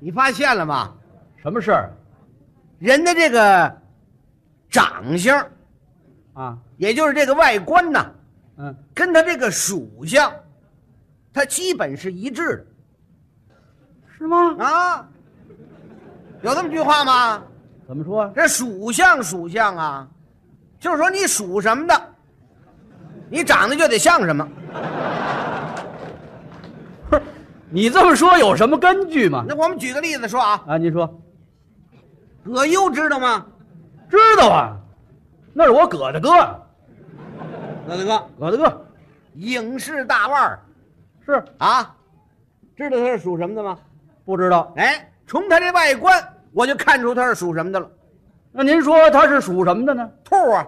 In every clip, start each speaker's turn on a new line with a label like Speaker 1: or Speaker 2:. Speaker 1: 你发现了吗？
Speaker 2: 什么事儿
Speaker 1: 人的这个长相，
Speaker 2: 啊？
Speaker 1: 也就是这个外观呐，
Speaker 2: 嗯，
Speaker 1: 跟他这个属相，它基本是一致
Speaker 2: 是吗
Speaker 1: 的？啊。有这么句话吗？
Speaker 2: 怎么说？
Speaker 1: 这属相属相啊，就是说你属什么的，你长得就得像什么。
Speaker 2: 不是，你这么说有什么根据吗？
Speaker 1: 那我们举个例子说啊，
Speaker 2: 啊，您说，
Speaker 1: 葛优知道吗？
Speaker 2: 知道啊，那是我葛大哥，
Speaker 1: 葛大哥，
Speaker 2: 葛大哥
Speaker 1: 影视大腕儿
Speaker 2: 是
Speaker 1: 啊，知道他是属什么的吗？
Speaker 2: 不知道？
Speaker 1: 哎，从他这外观，我就看出他是属什么的了。
Speaker 2: 那您说他是属什么的呢？
Speaker 1: 兔啊，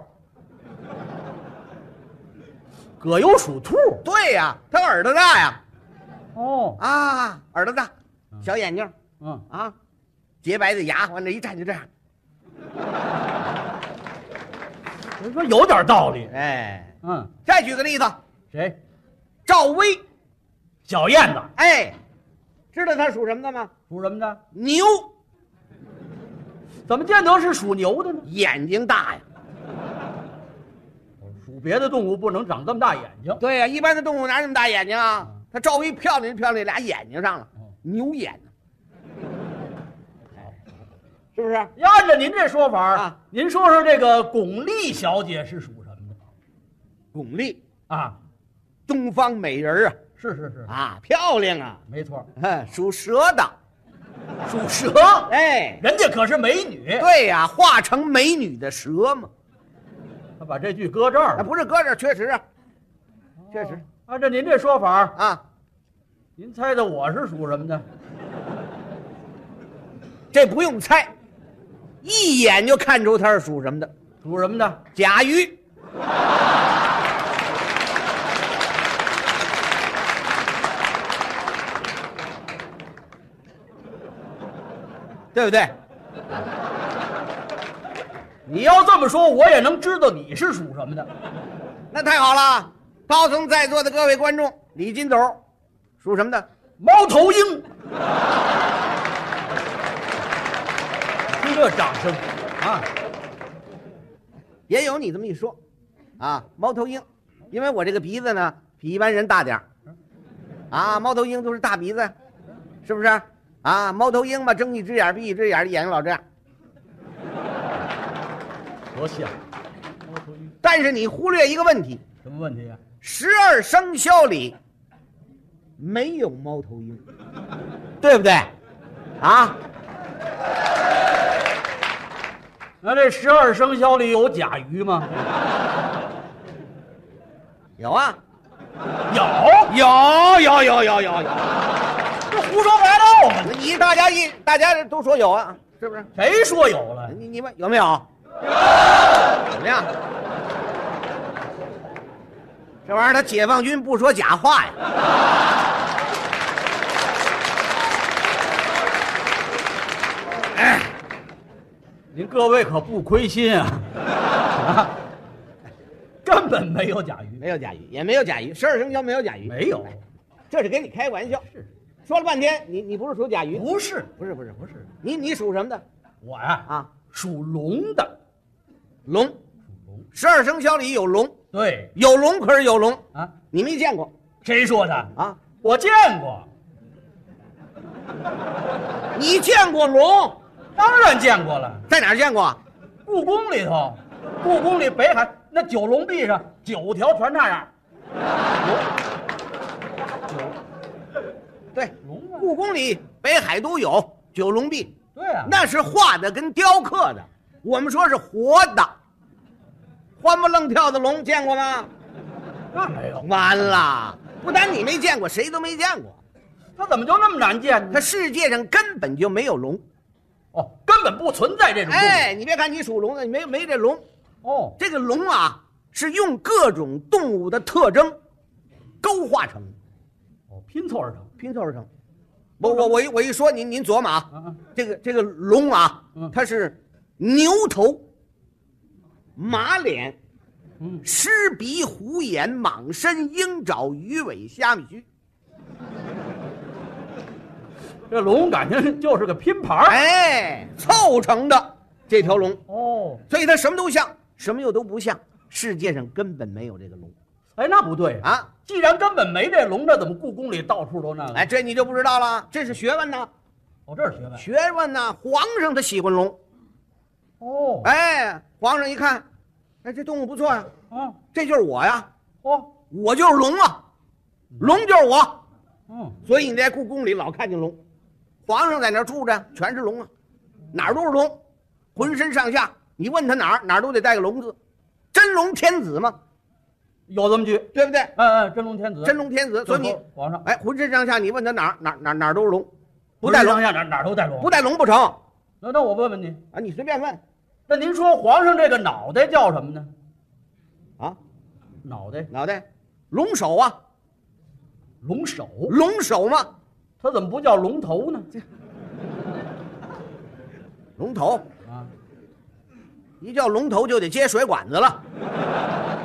Speaker 2: 葛优属兔。
Speaker 1: 对呀、他耳朵大呀，
Speaker 2: 哦，
Speaker 1: 啊，耳朵大，小眼睛
Speaker 2: 嗯，
Speaker 1: 啊，洁白的牙，往这一站就这样，
Speaker 2: 您说有点道理。
Speaker 1: 哎。
Speaker 2: 嗯，
Speaker 1: 再举个例子，
Speaker 2: 谁？
Speaker 1: 赵薇，
Speaker 2: 小燕子
Speaker 1: 哎，知道他属什么的吗？
Speaker 2: 属什么的？
Speaker 1: 牛，
Speaker 2: 怎么见得是属牛的呢？
Speaker 1: 眼睛大呀。
Speaker 2: 属别的动物不能长这么大眼睛。
Speaker 1: 对呀、一般的动物哪有那么大眼睛啊？他赵薇漂亮就漂亮，俩眼睛上了
Speaker 2: 嗯，
Speaker 1: 牛眼呢、哎是不是？
Speaker 2: 要按照您这说法
Speaker 1: 啊
Speaker 2: 您说说这个巩俐小姐是属什么的
Speaker 1: 巩俐，
Speaker 2: 啊？
Speaker 1: 东方美人啊，
Speaker 2: 是是是，
Speaker 1: 啊，漂亮啊，
Speaker 2: 没错，
Speaker 1: 哼属蛇的，
Speaker 2: 属蛇，
Speaker 1: 哎，
Speaker 2: 人家可是美女，
Speaker 1: 对呀、化成美女的蛇嘛，
Speaker 2: 他把这句搁这
Speaker 1: 啊，
Speaker 2: 儿了。
Speaker 1: 不是搁这儿确实啊，确实
Speaker 2: 按照您这说法，
Speaker 1: 啊，
Speaker 2: 您猜猜我是属什么的？
Speaker 1: 这不用猜，一眼就看出他是属什么的，
Speaker 2: 属什么的？
Speaker 1: 甲鱼。 对不对？
Speaker 2: 你要这么说，我也能知道你是属什么的。
Speaker 1: 那太好了，包从在座的各位观众，李金斗，属什么的？
Speaker 2: 猫头鹰，听这掌声啊！
Speaker 1: 也有你这么一说，啊，猫头鹰，因为我这个鼻子呢比一般人大点儿，啊，猫头鹰都是大鼻子，是不是？啊，猫头鹰嘛，睁一只眼闭一只眼，眼睛老这样。
Speaker 2: 多像，猫头鹰
Speaker 1: 但是你忽略一个问题，
Speaker 2: 什么问题啊？
Speaker 1: 十二生肖里没有猫头鹰，对不对？啊，
Speaker 2: 那这十二生肖里有甲鱼吗？
Speaker 1: 有啊，
Speaker 2: 有，
Speaker 1: 有有有有有有，
Speaker 2: 这胡说八道啊！
Speaker 1: 你大家一大家都说有啊，是不是？
Speaker 2: 谁说有了？
Speaker 1: 啊你你们有没有？怎么样？这玩意儿他解放军不说假话呀！
Speaker 2: 您各位可不亏心啊！啊， 根本没有甲鱼，
Speaker 1: 没有甲鱼，也没有甲鱼，十二生肖没有甲鱼，
Speaker 2: 没有，
Speaker 1: 这是给你开玩笑。
Speaker 2: 是
Speaker 1: 说了半天，你你不是属甲鱼？
Speaker 2: 不是
Speaker 1: 不是不是不
Speaker 2: 不
Speaker 1: 是，
Speaker 2: 是
Speaker 1: 你你属什么的
Speaker 2: 我呀啊，
Speaker 1: 啊？
Speaker 2: 属龙的，
Speaker 1: 龙，
Speaker 2: 属龙，
Speaker 1: 十二生肖里有龙，
Speaker 2: 对
Speaker 1: 有龙可是有龙，
Speaker 2: 啊，
Speaker 1: 你没见过
Speaker 2: 谁说的？
Speaker 1: 啊？
Speaker 2: 我见过，
Speaker 1: 你见过龙？
Speaker 2: 当然见过了，
Speaker 1: 在哪儿见过啊？
Speaker 2: 故宫里头，故宫里北海那九龙壁上九条全那样，
Speaker 1: 对，
Speaker 2: 龙啊，
Speaker 1: 故宫里、北海都有九龙壁。
Speaker 2: 对啊，
Speaker 1: 那是画的跟雕刻的，我们说是活的。欢不愣跳的龙见过吗？
Speaker 2: 那没有，
Speaker 1: 完了，不但你没见过，谁都没见过。
Speaker 2: 它怎么就那么难见呢
Speaker 1: 它？世界上根本就没有龙。
Speaker 2: 哦，根本不存在这种东西。
Speaker 1: 哎，你别看你属龙的，你没没这龙。
Speaker 2: 哦，
Speaker 1: 这个龙啊，是用各种动物的特征勾画成的、
Speaker 2: 哦，拼凑而成。
Speaker 1: 拼凑而成。我我我一我一说您您琢磨啊，
Speaker 2: 啊，
Speaker 1: 这个这个龙啊
Speaker 2: 嗯，
Speaker 1: 它是牛头、马脸、
Speaker 2: 嗯，
Speaker 1: 狮鼻、虎眼、蟒身、鹰爪、鱼尾、虾米须，
Speaker 2: 这龙感情就是个拼盘儿。
Speaker 1: 哎，凑成的这条龙，
Speaker 2: 哦，
Speaker 1: 所以它什么都像，什么又都不像。世界上根本没有这个龙
Speaker 2: 哎，那不对啊！
Speaker 1: 啊！
Speaker 2: 既然根本没这龙，这怎么故宫里到处都那个？
Speaker 1: 哎，，这你就不知道了，这是学问呐，
Speaker 2: 哦，这是学问。
Speaker 1: 学问呐！皇上他喜欢龙，
Speaker 2: 哦，
Speaker 1: 哎，皇上一看，哎，这动物不错呀、
Speaker 2: 啊，
Speaker 1: 这就是我呀，
Speaker 2: 哦，
Speaker 1: 我就是龙啊，龙就是我。
Speaker 2: 嗯，
Speaker 1: 所以你在故宫里老看见龙，皇上在那儿住着，全是龙啊，哪儿都是龙，浑身上下，你问他哪儿哪儿都得带个龙字，真龙天子嘛，
Speaker 2: 有这么句。
Speaker 1: 对不对？
Speaker 2: 哎哎，真龙天子，
Speaker 1: 真龙天子，所以你
Speaker 2: 皇上
Speaker 1: 哎，浑身上下你问他哪儿哪儿哪儿哪儿都是龙，不带龙
Speaker 2: 呀，哪哪儿都带龙。
Speaker 1: 不带龙不成啊！
Speaker 2: 那那我问问您，
Speaker 1: 你随便问
Speaker 2: 那您说皇上这个脑袋叫什么呢？
Speaker 1: 啊，
Speaker 2: 脑袋
Speaker 1: 脑袋，龙首啊，
Speaker 2: 龙首，
Speaker 1: 龙首嘛，
Speaker 2: 他怎么不叫龙头 呢？
Speaker 1: 龙头，
Speaker 2: 啊，
Speaker 1: 一叫龙头就得接水管子了，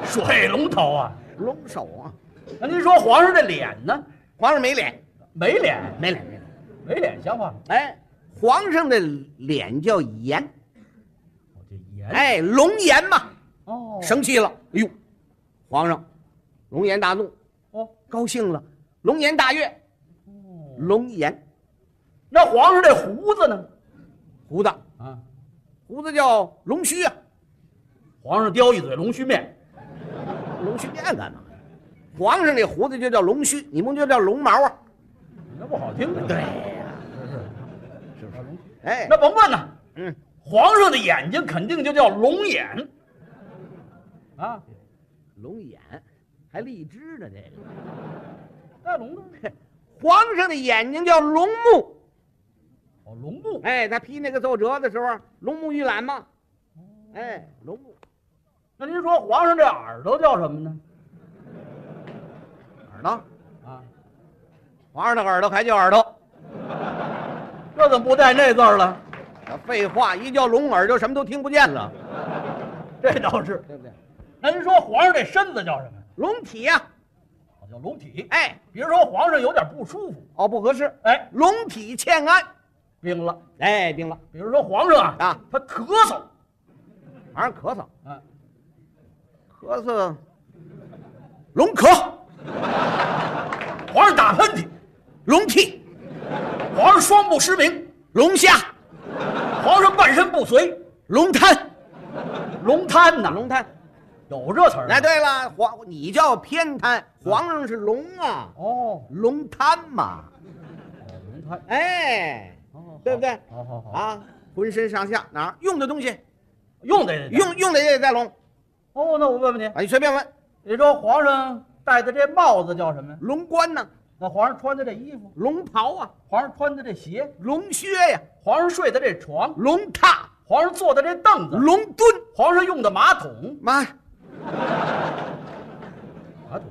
Speaker 2: 水龙头啊。
Speaker 1: 龙首啊，
Speaker 2: 那您说皇上这脸呢？
Speaker 1: 皇上没脸，
Speaker 2: 没脸，
Speaker 1: 没脸没脸，
Speaker 2: 没脸，像话吗？
Speaker 1: 哎，皇上的脸叫颜。
Speaker 2: 我这眼，
Speaker 1: 哎，龙颜嘛，
Speaker 2: 哦，
Speaker 1: 生气了，哎呦，皇上，龙颜大怒，
Speaker 2: 哦，
Speaker 1: 高兴了，龙颜大悦，
Speaker 2: 哦
Speaker 1: 龙颜
Speaker 2: 那皇上这胡子呢？
Speaker 1: 胡子，
Speaker 2: 啊，
Speaker 1: 胡子叫龙须啊，
Speaker 2: 皇上叼一嘴龙须面，
Speaker 1: 龙须面干嘛？皇上这胡子就叫龙须，你们就叫龙毛啊？
Speaker 2: 那不好听啊。
Speaker 1: 对，呀、
Speaker 2: 是不是？
Speaker 1: 哎，
Speaker 2: 那甭问了，
Speaker 1: 嗯，
Speaker 2: 皇上的眼睛肯定就叫龙眼。啊，
Speaker 1: 龙眼，还荔枝呢，这个
Speaker 2: 带龙呢？
Speaker 1: 皇上的眼睛叫龙目，
Speaker 2: 哦，龙目。
Speaker 1: 哎，他批那个奏折的时候，啊龙目玉览嘛，哎，龙目
Speaker 2: 那您说皇上这耳朵叫什么呢？
Speaker 1: 耳朵，
Speaker 2: 啊，
Speaker 1: 皇上的耳朵还叫耳朵。
Speaker 2: 这怎么不带那字儿了？
Speaker 1: 啊废话，一叫聋耳就什么都听不见了，
Speaker 2: 这倒是。
Speaker 1: 对不对？
Speaker 2: 那您说皇上这身子叫什么？
Speaker 1: 聋体呀、
Speaker 2: 哦，叫龙体。
Speaker 1: 哎，
Speaker 2: 比如说皇上有点不舒服，
Speaker 1: 哦，不合适，
Speaker 2: 哎，
Speaker 1: 聋体欠安，
Speaker 2: 病了。
Speaker 1: 哎，定了，
Speaker 2: 比如说皇上啊，
Speaker 1: 啊
Speaker 2: 他咳嗽，
Speaker 1: 马上咳嗽，
Speaker 2: 啊，
Speaker 1: 咳嗽，聋咳，
Speaker 2: 皇上打喷嚏，
Speaker 1: 聋涕，
Speaker 2: 皇上双目失明，
Speaker 1: 聋瞎，
Speaker 2: 皇上半身不遂，
Speaker 1: 龙瘫，
Speaker 2: 龙瘫呐，
Speaker 1: 龙瘫。
Speaker 2: 有这词儿吗。啊
Speaker 1: 哎，对了，皇你叫偏瘫，皇上是龙啊，
Speaker 2: 哦，
Speaker 1: 龙瘫嘛，
Speaker 2: 哦龙瘫，
Speaker 1: 哎，
Speaker 2: 哦
Speaker 1: 对不对
Speaker 2: 好好好，
Speaker 1: 啊，浑身上下哪儿用的东西，
Speaker 2: 用得
Speaker 1: 用。用的也得带龙
Speaker 2: 哦，那我问问您，
Speaker 1: 啊，你随便问，
Speaker 2: 你说皇上戴的这帽子叫什么呀？
Speaker 1: 龙冠呢，
Speaker 2: 那皇上穿的这衣服，
Speaker 1: 龙袍啊，
Speaker 2: 皇上穿的这鞋，
Speaker 1: 龙靴呀、
Speaker 2: 皇上睡的这床，
Speaker 1: 龙榻、
Speaker 2: 皇上坐的这凳子，
Speaker 1: 龙蹲，
Speaker 2: 皇上用的马桶，
Speaker 1: 马
Speaker 2: 马桶，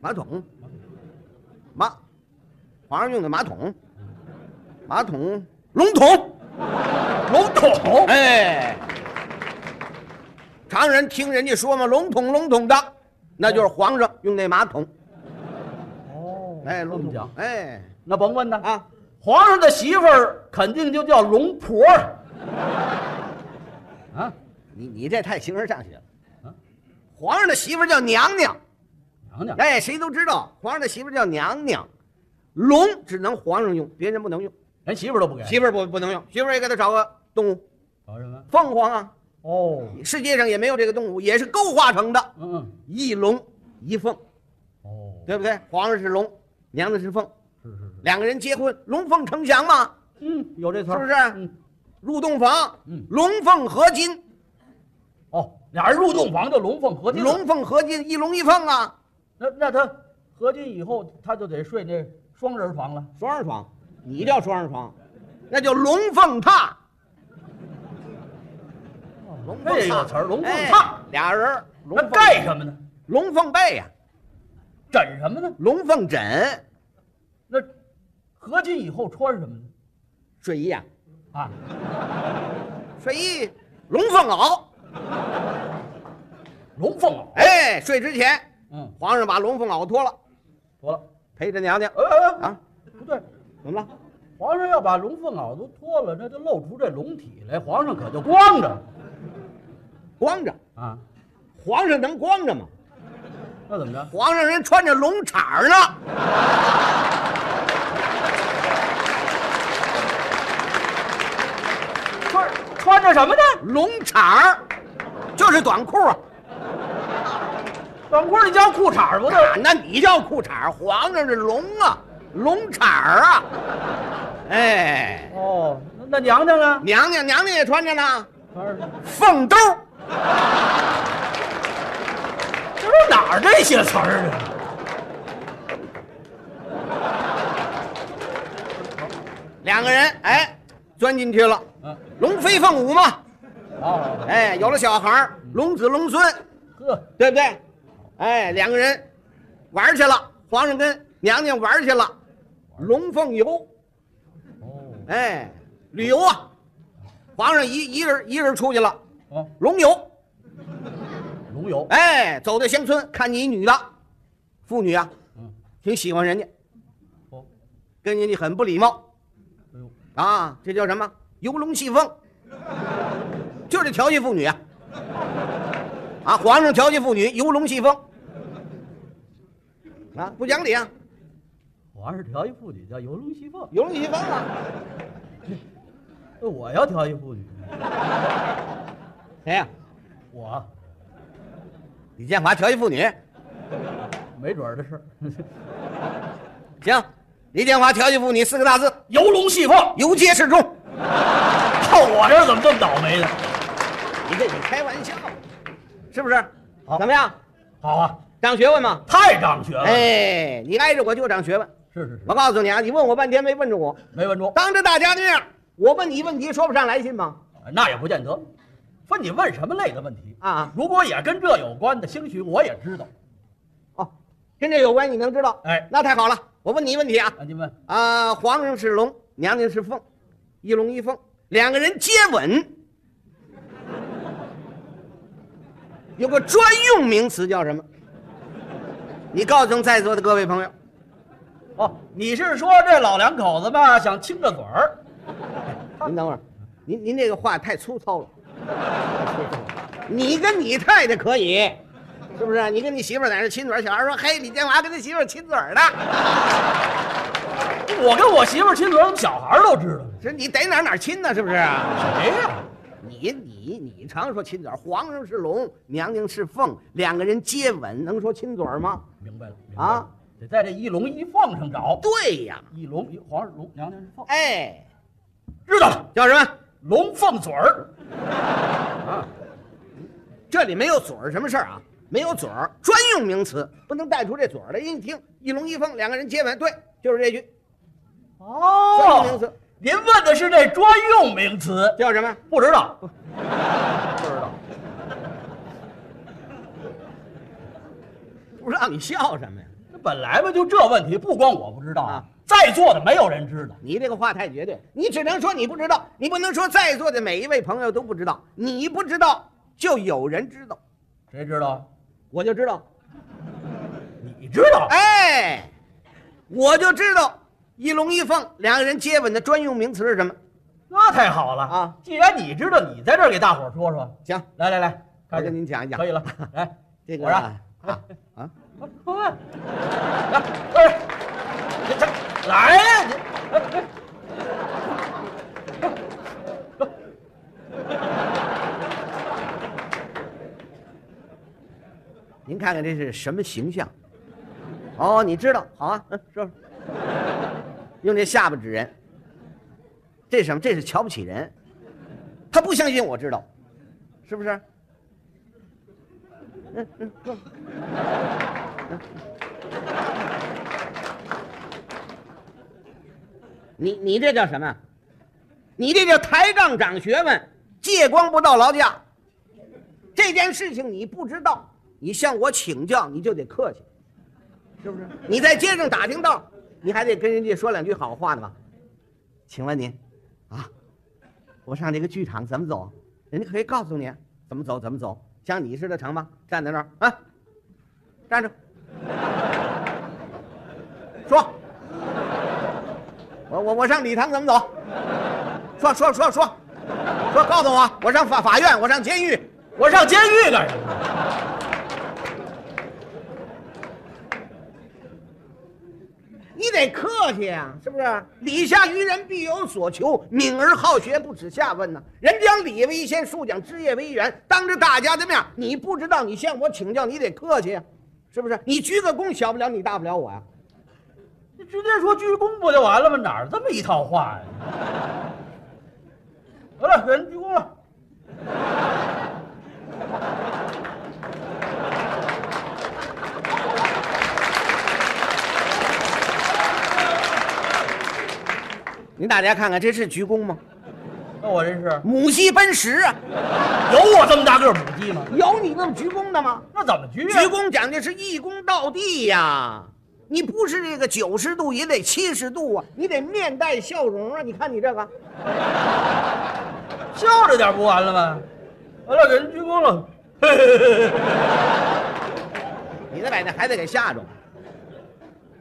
Speaker 1: 马桶，马，皇上用的马桶，马桶龙桶，
Speaker 2: 龙桶。
Speaker 1: 哎，常人听人家说嘛，笼统笼统的，那就是皇上用那马桶，
Speaker 2: 哦
Speaker 1: 哎，
Speaker 2: 这
Speaker 1: 笼
Speaker 2: 么
Speaker 1: 统
Speaker 2: 讲，，
Speaker 1: 哎，
Speaker 2: 那甭问呐。
Speaker 1: 啊，
Speaker 2: 皇上的媳妇儿肯定就叫龙婆儿。 啊，
Speaker 1: 你你这太形而上学了
Speaker 2: 啊。
Speaker 1: 皇上的媳妇儿叫娘娘，
Speaker 2: 娘娘，
Speaker 1: 哎，谁都知道，皇上的媳妇儿叫娘娘，龙只能皇上用，别人不能用，
Speaker 2: 连媳妇儿都不给。
Speaker 1: 媳妇儿不不能用，媳妇儿也给他找个动物，
Speaker 2: 搞什么？
Speaker 1: 凤凰啊，
Speaker 2: 哦，
Speaker 1: 世界上也没有这个动物，也是构化成的，
Speaker 2: 嗯嗯，
Speaker 1: 一龙一凤，
Speaker 2: 哦，
Speaker 1: 对不对？皇上是龙，娘娘是凤，
Speaker 2: 是是是，
Speaker 1: 两个人结婚，龙凤呈祥嘛，
Speaker 2: 嗯，有这词儿
Speaker 1: 是不是
Speaker 2: 嗯，
Speaker 1: 入洞房
Speaker 2: 嗯，
Speaker 1: 龙凤合金，
Speaker 2: 哦，俩人入洞房就龙凤合金了。
Speaker 1: 龙凤合金，一龙一凤啊，
Speaker 2: 那那他合金以后，他就得睡那双人房了。
Speaker 1: 双人床，你叫双人床，那叫龙凤榻，哦龙凤
Speaker 2: 这
Speaker 1: 榻
Speaker 2: 有词儿，龙凤
Speaker 1: 哎
Speaker 2: 榻。
Speaker 1: 俩人儿，龙
Speaker 2: 那
Speaker 1: 凤
Speaker 2: 盖什么呢？
Speaker 1: 龙凤被呀，
Speaker 2: 枕什么呢？
Speaker 1: 龙凤枕，
Speaker 2: 那合金以后穿什么呢？
Speaker 1: 睡衣呀，
Speaker 2: 啊，
Speaker 1: 睡衣，龙凤袄，
Speaker 2: 龙凤袄。
Speaker 1: 哎，睡之前
Speaker 2: 嗯，
Speaker 1: 皇上把龙凤袄脱了，
Speaker 2: 妥了。
Speaker 1: 陪着娘娘
Speaker 2: 呃，
Speaker 1: 啊，
Speaker 2: 不对，
Speaker 1: 怎么了？
Speaker 2: 皇上要把龙凤袄都脱了，那就露出这龙体来，皇上可就光着
Speaker 1: 光着，
Speaker 2: 啊。
Speaker 1: 皇上能光着吗？
Speaker 2: 那怎么着？
Speaker 1: 皇上人穿着龙氅儿呢，
Speaker 2: 穿穿着什么呢？
Speaker 1: 龙氅儿就是短裤啊。
Speaker 2: 短裤你叫裤衩不
Speaker 1: 啊，那你叫裤衩儿，皇上是龙啊，龙氅儿啊。哎，
Speaker 2: 哦，那那娘娘呢？啊
Speaker 1: 娘娘娘娘也穿着呢，
Speaker 2: 这
Speaker 1: 凤兜儿。
Speaker 2: 都哪儿这些词儿啊？
Speaker 1: 两个人哎，钻进去了，
Speaker 2: 嗯，
Speaker 1: 龙飞凤舞嘛。
Speaker 2: 哦，
Speaker 1: 哎，有了小孩儿，龙子龙孙，
Speaker 2: 呵，
Speaker 1: 对不对？哎，两个人玩儿去了，皇上跟娘娘玩儿去了，龙凤游，
Speaker 2: 哦，
Speaker 1: 哎，旅游啊，皇上一一人一人出去了，
Speaker 2: 哦，
Speaker 1: 龙游，
Speaker 2: 龙游，
Speaker 1: 哎，走到乡村看见一女的，妇女啊，
Speaker 2: 嗯，
Speaker 1: 挺喜欢人家，
Speaker 2: 哦，
Speaker 1: 跟人家很不礼貌
Speaker 2: 哎呦，
Speaker 1: 啊，这叫什么？游龙戏凤，就是调戏妇女啊，啊，皇上调戏妇女，游龙戏凤，啊，不讲理啊，
Speaker 2: 皇上调一妇女叫游龙戏凤，
Speaker 1: 游龙戏凤啊，
Speaker 2: 那我要调一妇女，
Speaker 1: 谁哎呀、
Speaker 2: 我
Speaker 1: 李建华调戏妇女，
Speaker 2: 没准儿的事儿。
Speaker 1: 行，李建华调戏妇女四个大字，
Speaker 2: 游龙戏凤，
Speaker 1: 游街示众。
Speaker 2: 靠我这儿怎么这么倒霉呢？
Speaker 1: 你这你开玩笑，是不是？
Speaker 2: 好
Speaker 1: 怎么样？
Speaker 2: 好啊，
Speaker 1: 长学问吗？
Speaker 2: 太长学了，
Speaker 1: 哎，你挨着我就长学问。
Speaker 2: 是是是
Speaker 1: 我，告诉你啊，你问我半天没问着我，
Speaker 2: 没问住，
Speaker 1: 当着大家的面儿，我问你问题说不上来信吗？
Speaker 2: 哎那也不见得。分你问什么类的问题
Speaker 1: 啊
Speaker 2: 如果也跟这有关的，兴许我也知道。
Speaker 1: 哦，跟这有关你能知道？
Speaker 2: 哎，
Speaker 1: 那太好了，我问你一问题啊，
Speaker 2: 那你问，
Speaker 1: 啊，皇上是龙，娘娘是凤，一龙一凤，两个人接吻，有个专用名词叫什么？你告诉在座的各位朋友，
Speaker 2: 哦，你是说这老两口子吧，想亲个嘴儿？
Speaker 1: 您等会儿，您您这个话太粗糙了。你跟你太太可以，是不是？你跟你媳妇儿在那亲嘴儿，小孩说：“嘿，李建华跟他媳妇儿亲嘴儿呢。
Speaker 2: 我跟我媳妇儿亲嘴儿，小孩儿都知道。”
Speaker 1: 说你逮哪儿哪儿亲呢，是不是啊？
Speaker 2: 谁呀、
Speaker 1: 你你你常说亲嘴儿，皇上是龙，娘娘是凤，两个人接吻能说亲嘴儿吗？
Speaker 2: 明白了
Speaker 1: 啊，
Speaker 2: 明白了得在这一龙一凤上找。
Speaker 1: 对呀，
Speaker 2: 一龙一皇上龙，娘娘是凤。
Speaker 1: 哎，
Speaker 2: 知道了，
Speaker 1: 叫什么？
Speaker 2: 龙凤嘴儿。
Speaker 1: 这里没有嘴儿什么事儿啊？没有嘴儿，专用名词，不能带出这嘴儿来。一听一龙一凤，两个人接吻，对，就是这句专用名
Speaker 2: 哦
Speaker 1: 词，
Speaker 2: 您问的是这专用名词，
Speaker 1: 叫什么？
Speaker 2: 不知道，不知道。
Speaker 1: 不让你笑什么呀？
Speaker 2: 这本来吧，就这问题，不光我不知道
Speaker 1: 啊
Speaker 2: 啊，在座的没有人知道。
Speaker 1: 你这个话太绝对，你只能说你不知道，你不能说在座的每一位朋友都不知道。你不知道，就有人知道，
Speaker 2: 谁知道？
Speaker 1: 我就知道。
Speaker 2: 你知道？
Speaker 1: 哎，我就知道一龙一凤两个人接吻的专用名词是什么。
Speaker 2: 那太好了
Speaker 1: 啊！
Speaker 2: 既然你知道，你在这儿给大伙儿说说。
Speaker 1: 行，
Speaker 2: 来来来，
Speaker 1: 我
Speaker 2: 开
Speaker 1: 跟
Speaker 2: 始，
Speaker 1: 您讲一讲
Speaker 2: 可以了，来，
Speaker 1: 这个
Speaker 2: 我让
Speaker 1: 啊啊，
Speaker 2: 快问，来，快点你这来呀！你
Speaker 1: 您看看这是什么形象？哦，你知道，好啊，嗯，说说，用这下巴指人，这是什么？这是瞧不起人，他不相信我知道，是不是？嗯嗯，说吧嗯你你这叫什么？你这叫抬杠长学问，借光不到劳驾。这件事情你不知道，你向我请教，你就得客气，是不是？你在街上打听道，你还得跟人家说两句好话呢吧？请问您，啊，我上这个剧场怎么走？人家可以告诉你怎么走，怎么走。像你似的成吗？站在那儿啊，站住，说，我我我上礼堂怎么走？说说说说，说告诉我，我上法法院，我上监狱，
Speaker 2: 我上监狱干什么？
Speaker 1: 你得客气啊，是不是？礼下于人，必有所求。敏而好学，不耻下问呐、人讲礼为先，树讲枝叶为源。当着大家的面，你不知道，你向我请教，你得客气啊，是不是？你鞠个躬，小不了你，大不了我呀、
Speaker 2: 你直接说鞠躬不就完了吗？哪儿这么一套话呀？得了，给人鞠躬了。
Speaker 1: 您大家看看，这是鞠躬吗？
Speaker 2: 那我这是
Speaker 1: 母系奔驰啊，
Speaker 2: 有我这么大个儿母鸡吗？
Speaker 1: 有你那么鞠躬的吗？
Speaker 2: 那怎么鞠
Speaker 1: 鞠
Speaker 2: 啊？
Speaker 1: 躬讲究是一躬到地呀、你不是这个九十度也得七十度啊，你得面带笑容啊。你看你这个，
Speaker 2: 笑着点不完了吗？完了，给人鞠躬了。嘿嘿嘿嘿
Speaker 1: 你得把那孩子给吓着。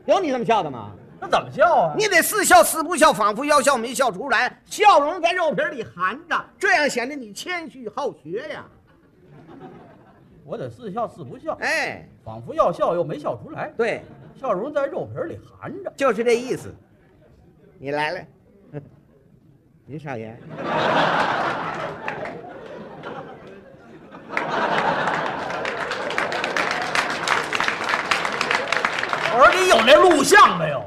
Speaker 1: 有你这么笑的吗？
Speaker 2: 那怎么笑啊？
Speaker 1: 你得似笑似不笑，仿佛要笑没笑出来，笑容在肉皮里含着，这样显得你谦虚好学呀。
Speaker 2: 我得似笑似不笑，
Speaker 1: 哎，
Speaker 2: 仿佛要笑又没笑出来，
Speaker 1: 对，
Speaker 2: 哎笑容在肉皮里含着。
Speaker 1: 就是这意思。你来了， 您少爷，
Speaker 2: 我说你有那录像没有？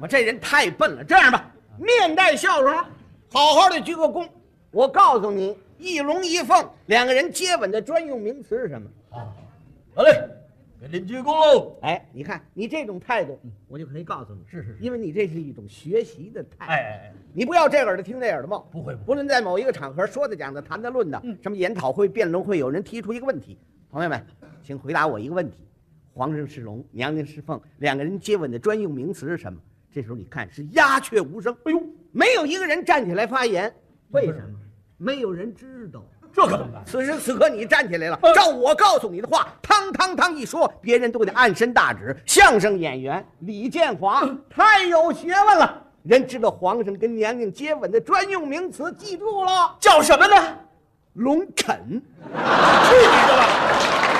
Speaker 1: 我这人太笨了。这样吧，面带笑容，好好的鞠个躬。我告诉你，一龙一凤两个人接吻的专用名词是什么？
Speaker 2: 啊，得嘞，给您鞠躬喽。
Speaker 1: 哎，你看你这种态度，嗯我就可以告诉你，
Speaker 2: 是是是
Speaker 1: 因为你这是一种学习的态度。
Speaker 2: 哎哎哎，
Speaker 1: 你不要这耳朵听那耳朵冒，
Speaker 2: 不会不会
Speaker 1: 无论在某一个场合说的、讲的、谈的、论的，什么研讨会、辩论会，有人提出一个问题，朋友们，请回答我一个问题：皇上是龙，娘娘是凤，两个人接吻的专用名词是什么？这时候你看是鸦雀无声，
Speaker 2: 哎呦，
Speaker 1: 没有一个人站起来发言，为什
Speaker 2: 不
Speaker 1: 么？没有人知道。
Speaker 2: 这可怎么办？
Speaker 1: 此时此刻你站起来了
Speaker 2: 嗯，
Speaker 1: 照我告诉你的话，汤汤汤一说，别人都得按身大指。相声演员李建华太有学问了，人知道皇上跟娘娘接吻的专用名词，记住了，
Speaker 2: 叫什么呢？
Speaker 1: 龙肯。
Speaker 2: 去你的吧！